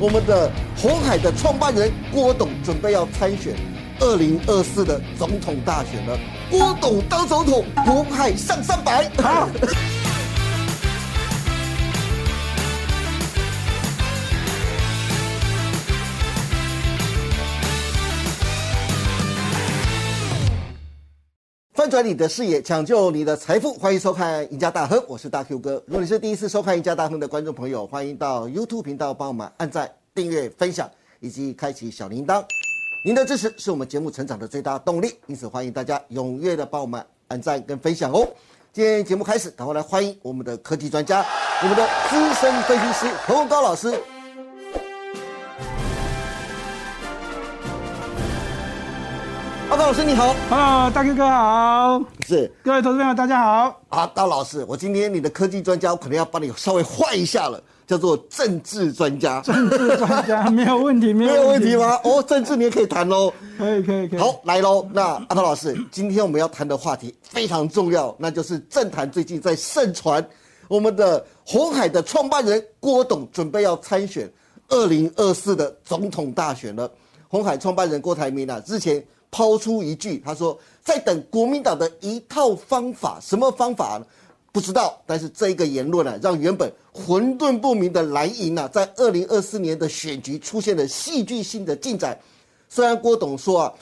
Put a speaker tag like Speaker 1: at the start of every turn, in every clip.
Speaker 1: 我们的红海的创办人郭董准备要参选二零二四的总统大选了。郭董当总统，红海上三百。好。翻转你的视野，抢救你的财富，欢迎收看《赢家大亨》，我是大 Q 哥。如果你是第一次收看《赢家大亨》的观众朋友，欢迎到 YouTube 频道帮我们按赞、订阅、分享以及开启小铃铛。您的支持是我们节目成长的最大动力，因此欢迎大家踊跃的帮我们按赞跟分享哦。今天节目开始，赶快来欢迎我们的科技专家，我们的资深分析师何文高老师。阿高老师你好。
Speaker 2: Hello，大哥哥好，
Speaker 1: 是
Speaker 2: 各位投资朋友大 家好。
Speaker 1: 啊，高老师，我今天你的科技专家，我可能要帮你稍微换一下了，叫做政治专家，
Speaker 2: 政治嗯专家没有问题，没
Speaker 1: 没有问题？吗？哦，政治你也可以谈哦喽。
Speaker 2: 可以可以可以。，
Speaker 1: 好，来喽。那阿涛老师，今天我们要谈的话题非常重要，那就是政坛最近在盛传，我们的红海的创办人郭董准备要参选二零二四的总统大选了。红海创办人郭台铭啊，之前抛出一句，他说在等国民党的一套方法，什么方法呢？不知道，但是这一个言论啊，让原本混沌不明的蓝营啊，在二零二四年的选举出现了戏剧性的进展。虽然郭董说啊，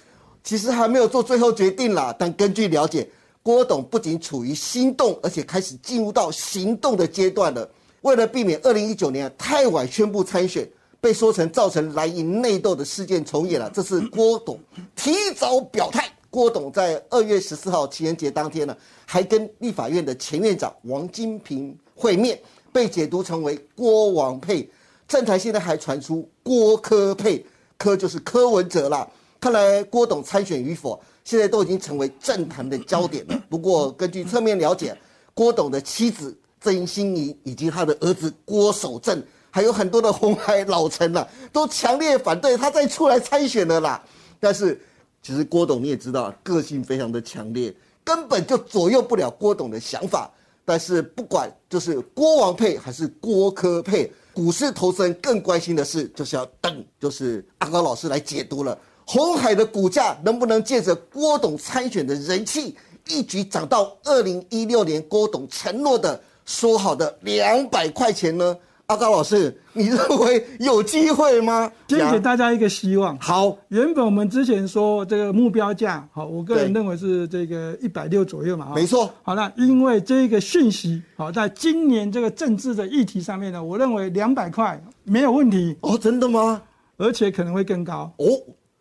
Speaker 1: 其实还没有做最后决定啦，但根据了解，郭董不仅处于心动，而且开始进入到行动的阶段了。为了避免二零一九年、啊、太晚宣布参选，被说成造成蓝营内斗的事件重演了，这次郭董提早表态。郭董在二月十四号情人节当天呢，还跟立法院的前院长王金平会面，被解读成为郭王配。政坛现在还传出郭科配，科就是柯文哲啦。看来郭董参选与否，现在都已经成为政坛的焦点了。不过根据侧面了解，郭董的妻子郑欣宜以及他的儿子郭守正，还有很多的红海老臣啊，都强烈反对他再出来参选了啦。但是其实郭董你也知道，个性非常的强烈，根本就左右不了郭董的想法。但是不管就是郭王配还是郭科配，股市投资人更关心的是，就是要等，就是阿高老师来解读了，红海的股价能不能借着郭董参选的人气，一举涨到二零一六年郭董承诺的说好的两百块钱呢？阿高老师，你认为有机会吗？
Speaker 2: 先给大家一个希望。
Speaker 1: 好，
Speaker 2: 原本我们之前说这个目标价，好，我个人
Speaker 1: 对
Speaker 2: 认为是这个一百六左右嘛。啊
Speaker 1: 没错。
Speaker 2: 好，那因为这个讯息，好，在今年这个政治的议题上面呢，我认为两百块没有问题，
Speaker 1: 哦，真的吗？
Speaker 2: 而且可能会更高。
Speaker 1: 哦，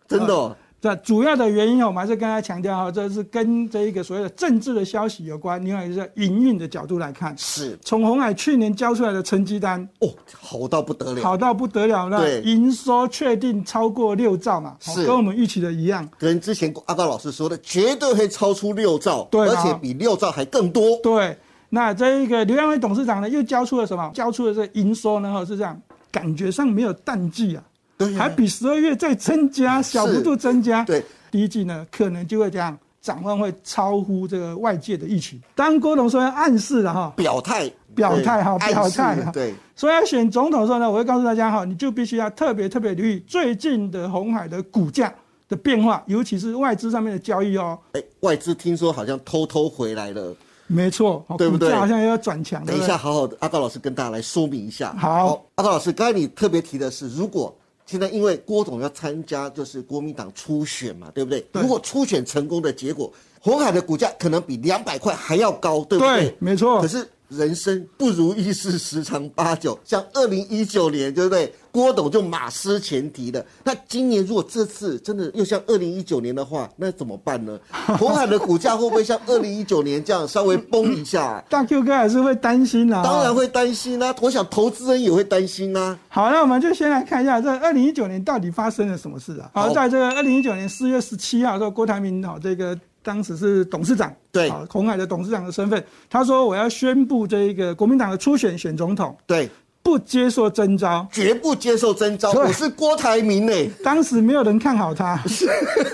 Speaker 1: 真的哦、
Speaker 2: 这主要的原因哦，我们还是跟大家强调哈，这是跟这一个所谓的政治的消息有关，另外一个是营运的角度来看。
Speaker 1: 是
Speaker 2: 从红海去年交出来的成绩单，
Speaker 1: 哦，好到不得了，
Speaker 2: 好到不得了，那
Speaker 1: 对
Speaker 2: 营收确定超过六兆嘛，哦
Speaker 1: 是
Speaker 2: 跟我们预期的一样。
Speaker 1: 跟之前阿高老师说的绝对会超出六兆，
Speaker 2: 对
Speaker 1: 而
Speaker 2: 啊
Speaker 1: 且比六兆还更多。
Speaker 2: 对，那这一个刘扬伟董事长呢，又交出了什么？交出了这个营收呢，哦是这样，感觉上没有淡季啊，
Speaker 1: 对啊
Speaker 2: 还比十二月再增加，小幅度增加。
Speaker 1: 对，
Speaker 2: 第一季呢，可能就会这样，展望会超乎这个外界的预期。当郭董说要暗示了哈，
Speaker 1: 表态，
Speaker 2: 表态哈
Speaker 1: 对
Speaker 2: 表态啊
Speaker 1: 暗示
Speaker 2: 哈
Speaker 1: 对，
Speaker 2: 所以要选总统的时候呢，我会告诉大家哈，你就必须要特别特别留意最近的红海的股价的变化，尤其是外资上面的交易哦。
Speaker 1: 哎，外资听说好像偷偷回来了，
Speaker 2: 没错，哦
Speaker 1: 对不对
Speaker 2: 股价好像又要转强，
Speaker 1: 等
Speaker 2: 对
Speaker 1: 一
Speaker 2: 不
Speaker 1: 下
Speaker 2: 对？
Speaker 1: 好好的阿高老师跟大家来说明一下。
Speaker 2: 好，
Speaker 1: 阿高老师，刚才你特别提的是，如果现在因为郭董要参加就是国民党初选嘛，对不对？
Speaker 2: 对
Speaker 1: 如果初选成功的结果，红海的股价可能比两百块还要高，对不对？
Speaker 2: 对没错
Speaker 1: 可是人生不如意事十常八九，像二零一九年，对不对？郭董就马失前蹄了。那今年如果这次真的又像二零一九年的话，那怎么办呢？红海的股价会不会像二零一九年这样稍微崩一下、
Speaker 2: 大 Q 哥还是会担心啦、哦
Speaker 1: 当然
Speaker 2: 会。
Speaker 1: 会担心啦、我想投资人也会担心啊啦、
Speaker 2: 好，那我们就先来看一下这二零一九年到底发生了什么事啊？好，
Speaker 1: 好
Speaker 2: 在这个二零一九年四月十七号的时候，郭台铭哦好这个。当时是董事长，
Speaker 1: 对
Speaker 2: 好红海的董事长的身份，他说我要宣布这一个国民党的初选选总统，
Speaker 1: 对，
Speaker 2: 不接受征召。
Speaker 1: 绝不接受征召。
Speaker 2: 对
Speaker 1: 我是郭台铭欸呢、
Speaker 2: 当时没有人看好它，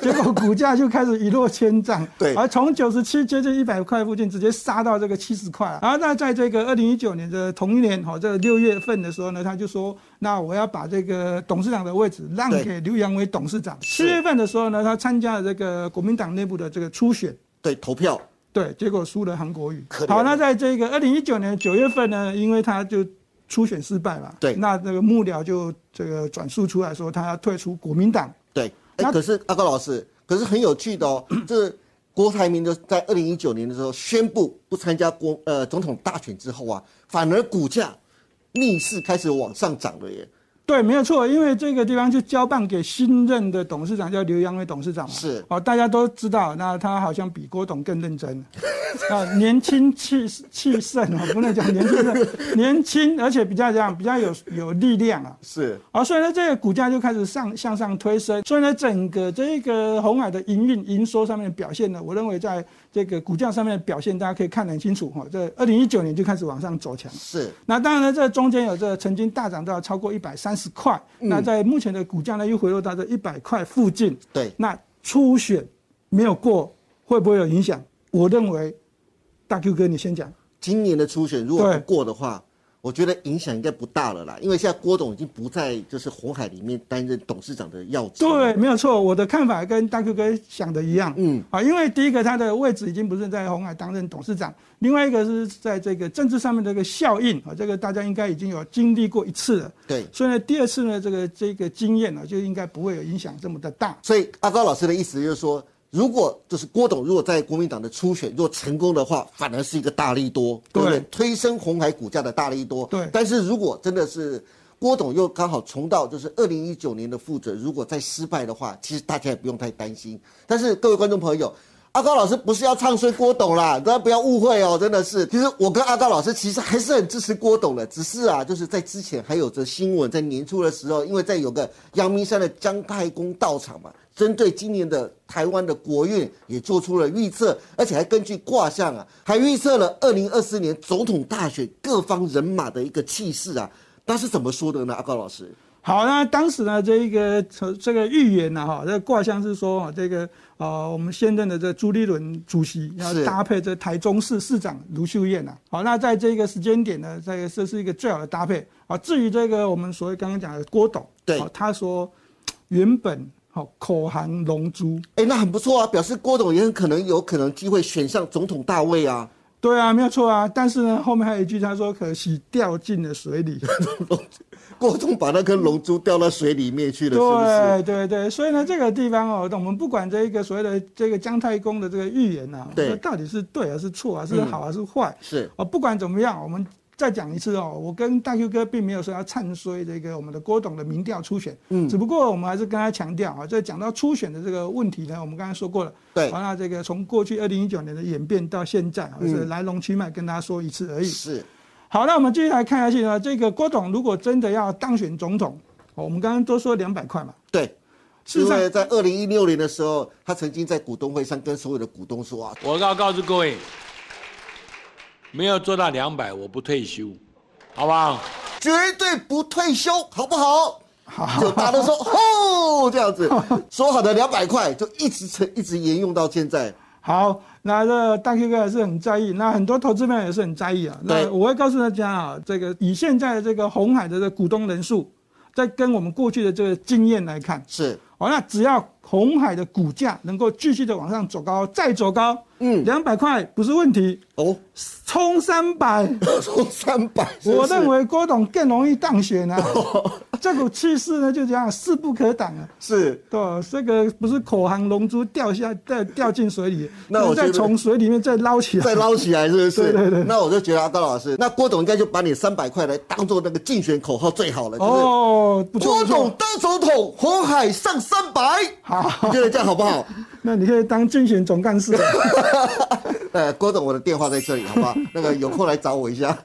Speaker 2: 结果股价就开始一落千丈。
Speaker 1: 对
Speaker 2: 而从九十七接近一百块附近，直接杀到这个七十块了。然后那在这个二零一九年的同一年，好、这个六月份的时候呢，他就说，那我要把这个董事长的位置让
Speaker 1: 对
Speaker 2: 给刘扬伟董事长。
Speaker 1: 是
Speaker 2: 七月份的时候呢，他参加了这个国民党内部的这个初选。
Speaker 1: 对，投票
Speaker 2: 对，结果输了韩国瑜
Speaker 1: 可。怜啊
Speaker 2: 好，那在这个二零一九年九月份呢，因为他就初选失败嘛，
Speaker 1: 对
Speaker 2: 那这个幕僚就这个转述出来说，他要退出国民党。
Speaker 1: 对。哎、
Speaker 2: 那
Speaker 1: 可是阿高老师，可是很有趣的哦，这郭台铭的在二零一九年的时候宣布不参加国呃总统大选之后啊，反而股价逆势开始往上涨了耶。
Speaker 2: 对，没有错，因为这个地方就交棒给新任的董事长叫刘扬伟董事长嘛。
Speaker 1: 是
Speaker 2: 哦，大家都知道，那他好像比郭董更认真，啊，年轻气气盛啊，不能讲年轻盛，年轻而且比较这样比较有有力量啊。
Speaker 1: 是
Speaker 2: 好、所以呢，这个股价就开始上向上推升。所以呢，整个这个红海的营运营收上面的表现呢，我认为在这个股价上面的表现，大家可以看得很清楚哈、这二零一九年就开始往上走强。
Speaker 1: 是，
Speaker 2: 那当然呢，这中间有这曾经大涨到超过一百三十块，那在目前的股价呢又回落到这一百块附近。
Speaker 1: 对，
Speaker 2: 那初选没有过，会不会有影响？我认为，大 Q 哥你先讲。
Speaker 1: 今年的初选如果
Speaker 2: 对
Speaker 1: 不过的话，我觉得影响应该不大了啦，因为现在郭董已经不在就是红海里面担任董事长的要职。
Speaker 2: 对，，没有错，我的看法跟大 Q 哥想的一样。
Speaker 1: 嗯，
Speaker 2: 啊，因为第一个他的位置已经不是在红海担任董事长，另外一个是在这个政治上面的一个效应啊，这个大家应该已经有经历过一次了。
Speaker 1: 对，
Speaker 2: 所以呢，第二次呢，这个这个经验啊呢，就应该不会有影响这么的大。
Speaker 1: 所以阿高老师的意思就是说，如果就是郭董如果在国民党的初选如果成功的话，反而是一个大力多，对不对？
Speaker 2: 对
Speaker 1: 推升红海股价的大力多。
Speaker 2: 对
Speaker 1: 但是如果真的是郭董又刚好重到就是二零一九年的负责，如果再失败的话，其实大家也不用太担心。但是各位观众朋友。阿高老师不是要唱衰郭董啦，大家不要误会哦，真的是。其实我跟阿高老师其实还是很支持郭董的，只是啊，就是在之前还有则新闻，在年初的时候，因为在有个阳明山的姜太公道场嘛，针对今年的台湾的国运也做出了预测，而且还根据卦象啊，还预测了二零二四年总统大选各方人马的一个气势啊。那是怎么说的呢？阿高老师，
Speaker 2: 好，那当时呢，这一个这个预言啊呢，哈，这个卦象是说，哈这个呃，我们现任的这朱立伦主席要
Speaker 1: 是
Speaker 2: 搭配这台中市市长卢秀燕啊。好，那在这个时间点呢，这个这是一个最好的搭配。好，至于这个我们所谓刚刚讲的郭董，
Speaker 1: 对
Speaker 2: 好他说原本好口含龙珠，
Speaker 1: 哎，那很不错啊，表示郭董也很可能有可能机会选上总统大位啊。
Speaker 2: 对啊，没有错啊。但是呢，后面还有一句，他说可惜掉进了水里。
Speaker 1: 郭董把那根龙珠掉到水里面去了，是嗯
Speaker 2: 对对对，所以呢，这个地方哦，我们不管这一个所谓的这个姜太公的这个预言啊，
Speaker 1: 对嗯
Speaker 2: 说到底是对还是错啊，是好还是坏、
Speaker 1: 不是？是，
Speaker 2: 哦，不管怎么样，我们再讲一次哦，我跟大 Q 哥并没有说要唱衰这个我们的郭董的民调初选，嗯，只不过我们还是跟他强调啊，这讲到初选的这个问题呢，我们刚才说过了，
Speaker 1: 对
Speaker 2: 好，那这个从过去二零一九年的演变到现在啊，
Speaker 1: 嗯
Speaker 2: 是来龙去脉跟大家说一次而已。
Speaker 1: 是，
Speaker 2: 好，那我们继续来看下去呢，这个郭董如果真的要当选总统，哦我们刚刚都说两百块嘛。
Speaker 1: 对。
Speaker 2: 事实
Speaker 1: 因
Speaker 2: 上
Speaker 1: 为在二零一六年的时候，他曾经在股东会上跟所有的股东说啊，
Speaker 3: 我要告诉各位，没有做到两百，我不退休，好不好？
Speaker 1: 绝对不退休，好不好？好，就大家都说吼这 样子，说好的两百块就一直成一直沿用到现在。
Speaker 2: 好，那这大 Q 哥也是很在意，那很多投资朋友也是很在意啊。
Speaker 1: 对
Speaker 2: 那我会告诉大家啊，这个以现在的这个红海的这个股东人数，再跟我们过去的这个经验来看，
Speaker 1: 是，
Speaker 2: 哦，那只要红海的股价能够继续的往上走高，再走高，
Speaker 1: 嗯，
Speaker 2: 两百块不是问题，
Speaker 1: 哦，
Speaker 2: 冲 三百，
Speaker 1: 从哦三百，
Speaker 2: 我认为郭董更容易当 选啊。这股气势呢，就这样势不可挡啊。
Speaker 1: 是
Speaker 2: 对哦，这个不是口含龙珠掉下掉掉进水里，
Speaker 1: 那我觉
Speaker 2: 再
Speaker 1: 得
Speaker 2: 从水里面再捞起 来。
Speaker 1: 再捞起来，是不是？
Speaker 2: 对对对
Speaker 1: 那我就觉得阿高老师，那郭董应该就把你三百块来当做那个竞选口号最好了，就是。
Speaker 2: 哦，不错
Speaker 1: 郭
Speaker 2: 不
Speaker 1: 董
Speaker 2: 错，
Speaker 1: 当总统，红海上三百，
Speaker 2: 好，
Speaker 1: 你觉得这样好不 好？
Speaker 2: 那你可以当竞选总 干事了。
Speaker 1: 呃，郭董，我的电话在这里，好不好？那个有空来找我一下。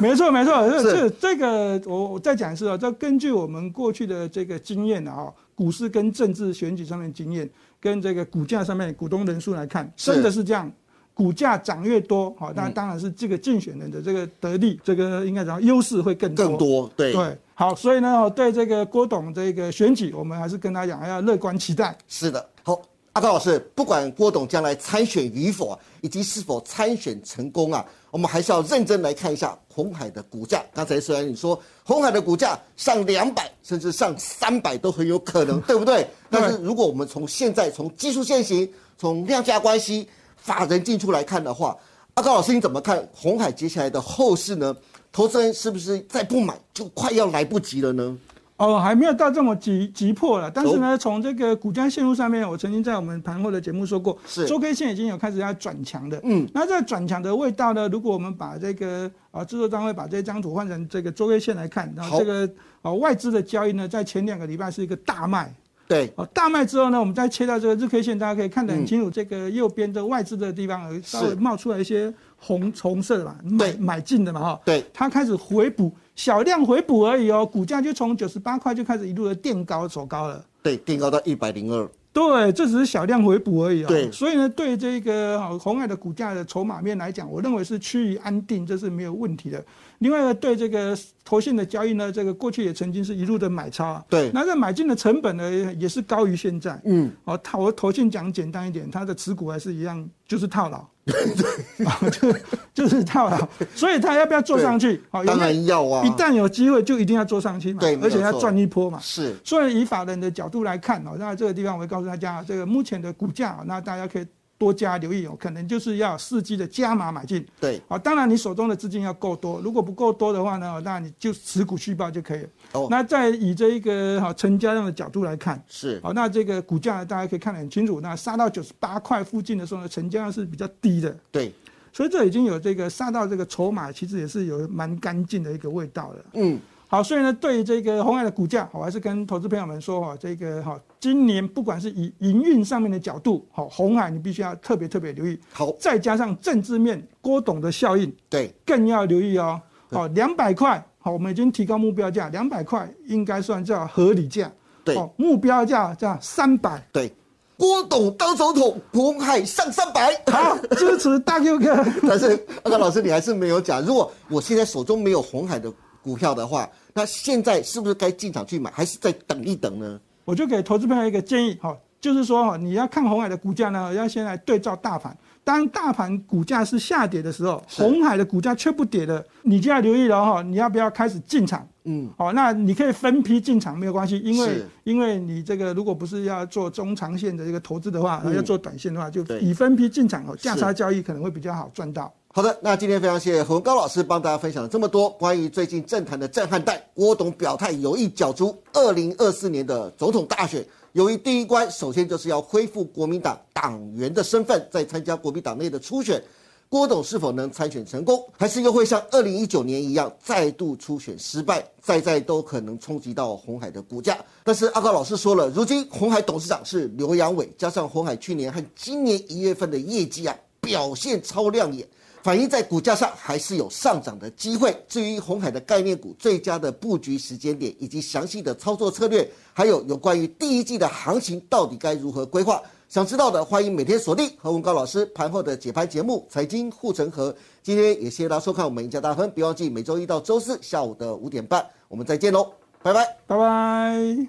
Speaker 2: 没错没错，这
Speaker 1: 是
Speaker 2: 这这个我我再讲一次啊，这根据我们过去的这个经验啊，股市跟政治选举上面的经验，跟这个股价上面的股东人数来看，
Speaker 1: 是嗯
Speaker 2: 真的是这样。股价涨越多，好，那当然是这个竞选人的这个得利，这个应该讲优势会更多
Speaker 1: 更多对
Speaker 2: 对。好，所以呢，哦对这个郭董这个选举，我们还是跟他讲要乐观期待。
Speaker 1: 是的，好，阿高老师，不管郭董将来参选与否啊，以及是否参选成功啊，我们还是要认真来看一下红海的股价。刚才虽然你说红海的股价上两百，甚至上三百都很有可 能，对不对？但是如果我们从现在从技术现行、从量价关系、法人进出来看的话，阿高老师你怎么看红海接下来的后市呢？投资人是不是再不买就快要来不及了呢？
Speaker 2: 哦，还没有到这么急急迫了，但是呢，从这个股价线路上面，我曾经在我们盘后的节目说过，
Speaker 1: 是
Speaker 2: 周 K 线已经有开始要转强的。
Speaker 1: 嗯，
Speaker 2: 那这个转强的味道呢，如果我们把这个啊制作单位把这张图换成这个周 K 线来看，然
Speaker 1: 好
Speaker 2: 后这个啊外资的交易呢，在前两个礼拜是一个大卖。
Speaker 1: 对，
Speaker 2: 哦，大卖之后呢，我们再切到这个日 K 线，大家可以看得很清楚，这个右边的外资的地方呃稍微
Speaker 1: 嗯是
Speaker 2: 冒出来一些红红色的嘛，买
Speaker 1: 对
Speaker 2: 买进的嘛哈，
Speaker 1: 对，
Speaker 2: 它开始回补，小量回补而已哦，股价就从九十八块就开始一路的垫高走高了。
Speaker 1: 对，定高到一百零二。
Speaker 2: 对，这只是小量回补而已啊、
Speaker 1: 对
Speaker 2: 所以呢，对这个哦红海的股价的筹码面来讲，我认为是趋于安定，这是没有问题的。另外呢，对这个投信的交易呢，这个过去也曾经是一路的买超啊。
Speaker 1: 对
Speaker 2: 那这买进的成本呢，也是高于现在。
Speaker 1: 嗯，
Speaker 2: 哦，套我投信讲简单一点，它的持股还是一样，就是套 牢。对，就就是套牢，所以它要不要做上去？好，有
Speaker 1: 当
Speaker 2: 没有
Speaker 1: 然要啊，
Speaker 2: 哦一旦有机会就一定要做上去嘛，
Speaker 1: 对没有
Speaker 2: 而且要
Speaker 1: 错
Speaker 2: 赚一波嘛。
Speaker 1: 是
Speaker 2: 所以以法人的角度来看哦，那这个地方我会告诉大家，这个目前的股价，哦那大家可以多加留意哦，可能就是要伺机的加码买进。
Speaker 1: 对
Speaker 2: 好，当然你手中的资金要够多，如果不够多的话呢，那你就持股续报就可以了。
Speaker 1: 哦
Speaker 2: 那再以这一个好成交量的角度来看，
Speaker 1: 是
Speaker 2: 好，那这个股价呢大家可以看得很清楚，那杀到九十八块附近的时候呢，成交量是比较低的。
Speaker 1: 对，
Speaker 2: 所以这已经有这个杀到这个筹码，其实也是有蛮干净的一个味道了。
Speaker 1: 嗯，
Speaker 2: 好，所以呢，对于这个红海的股价，我还是跟投资朋友们说哈，这个哈，今年不管是以营运上面的角度，好，红海你必须要特别特别留意，
Speaker 1: 好，
Speaker 2: 再加上政治面郭董的效应，
Speaker 1: 对，
Speaker 2: 更要留意哦。好，两百块，好，我们已经提高目标价，两百块应该算叫合理价。
Speaker 1: 对
Speaker 2: 哦，目标价叫三百。
Speaker 1: 对，郭董当总统，红海上三 百。
Speaker 2: 好，支持大 Q 哥。
Speaker 1: 但是阿高老师，你还是没有讲，如果我现在手中没有红海的股票的话，那现在是不是该进场去买，还是再等一等呢？
Speaker 2: 我就给投资朋友一个建议，哈，就是说哈，你要看红海的股价呢，要先来对照大盘。当大盘股价是下跌的时候，
Speaker 1: 是
Speaker 2: 红海的股价却不跌的，你就要留意了哈，你要不要开始进场？
Speaker 1: 嗯，
Speaker 2: 哦，那你可以分批进场没有关系，因为
Speaker 1: 是
Speaker 2: 因为你这个如果不是要做中长线的这个投资的话，要做短线的话，就
Speaker 1: 嗯对
Speaker 2: 以分批进场哦，价
Speaker 1: 是
Speaker 2: 差交易可能会比较好赚到。
Speaker 1: 好的，那今天非常谢谢洪高老师帮大家分享了这么多关于最近政坛的震撼弹。郭董表态有意角逐二零二四年的总统大选，由于第一关首先就是要恢复国民党党员的身份，再参加国民党内的初选。郭董是否能参选成功，还是又会像二零一九年一样再度初选失败，再再都可能冲击到红海的股价？但是阿高老师说了，如今红海董事长是刘阳伟，加上红海去年和今年一月份的业绩啊，表现超亮眼。反映在股价上还是有上涨的机会。至于红海的概念股最佳的布局时间点以及详细的操作策略，还有有关于第一季的行情到底该如何规划，想知道的欢迎每天锁定何文高老师盘后的解盘节目《财经护城河》。今天也谢谢大家收看我们赢家大亨，别忘记每周一到周四下午的五点半，我们再见喽，拜拜。
Speaker 2: 拜拜。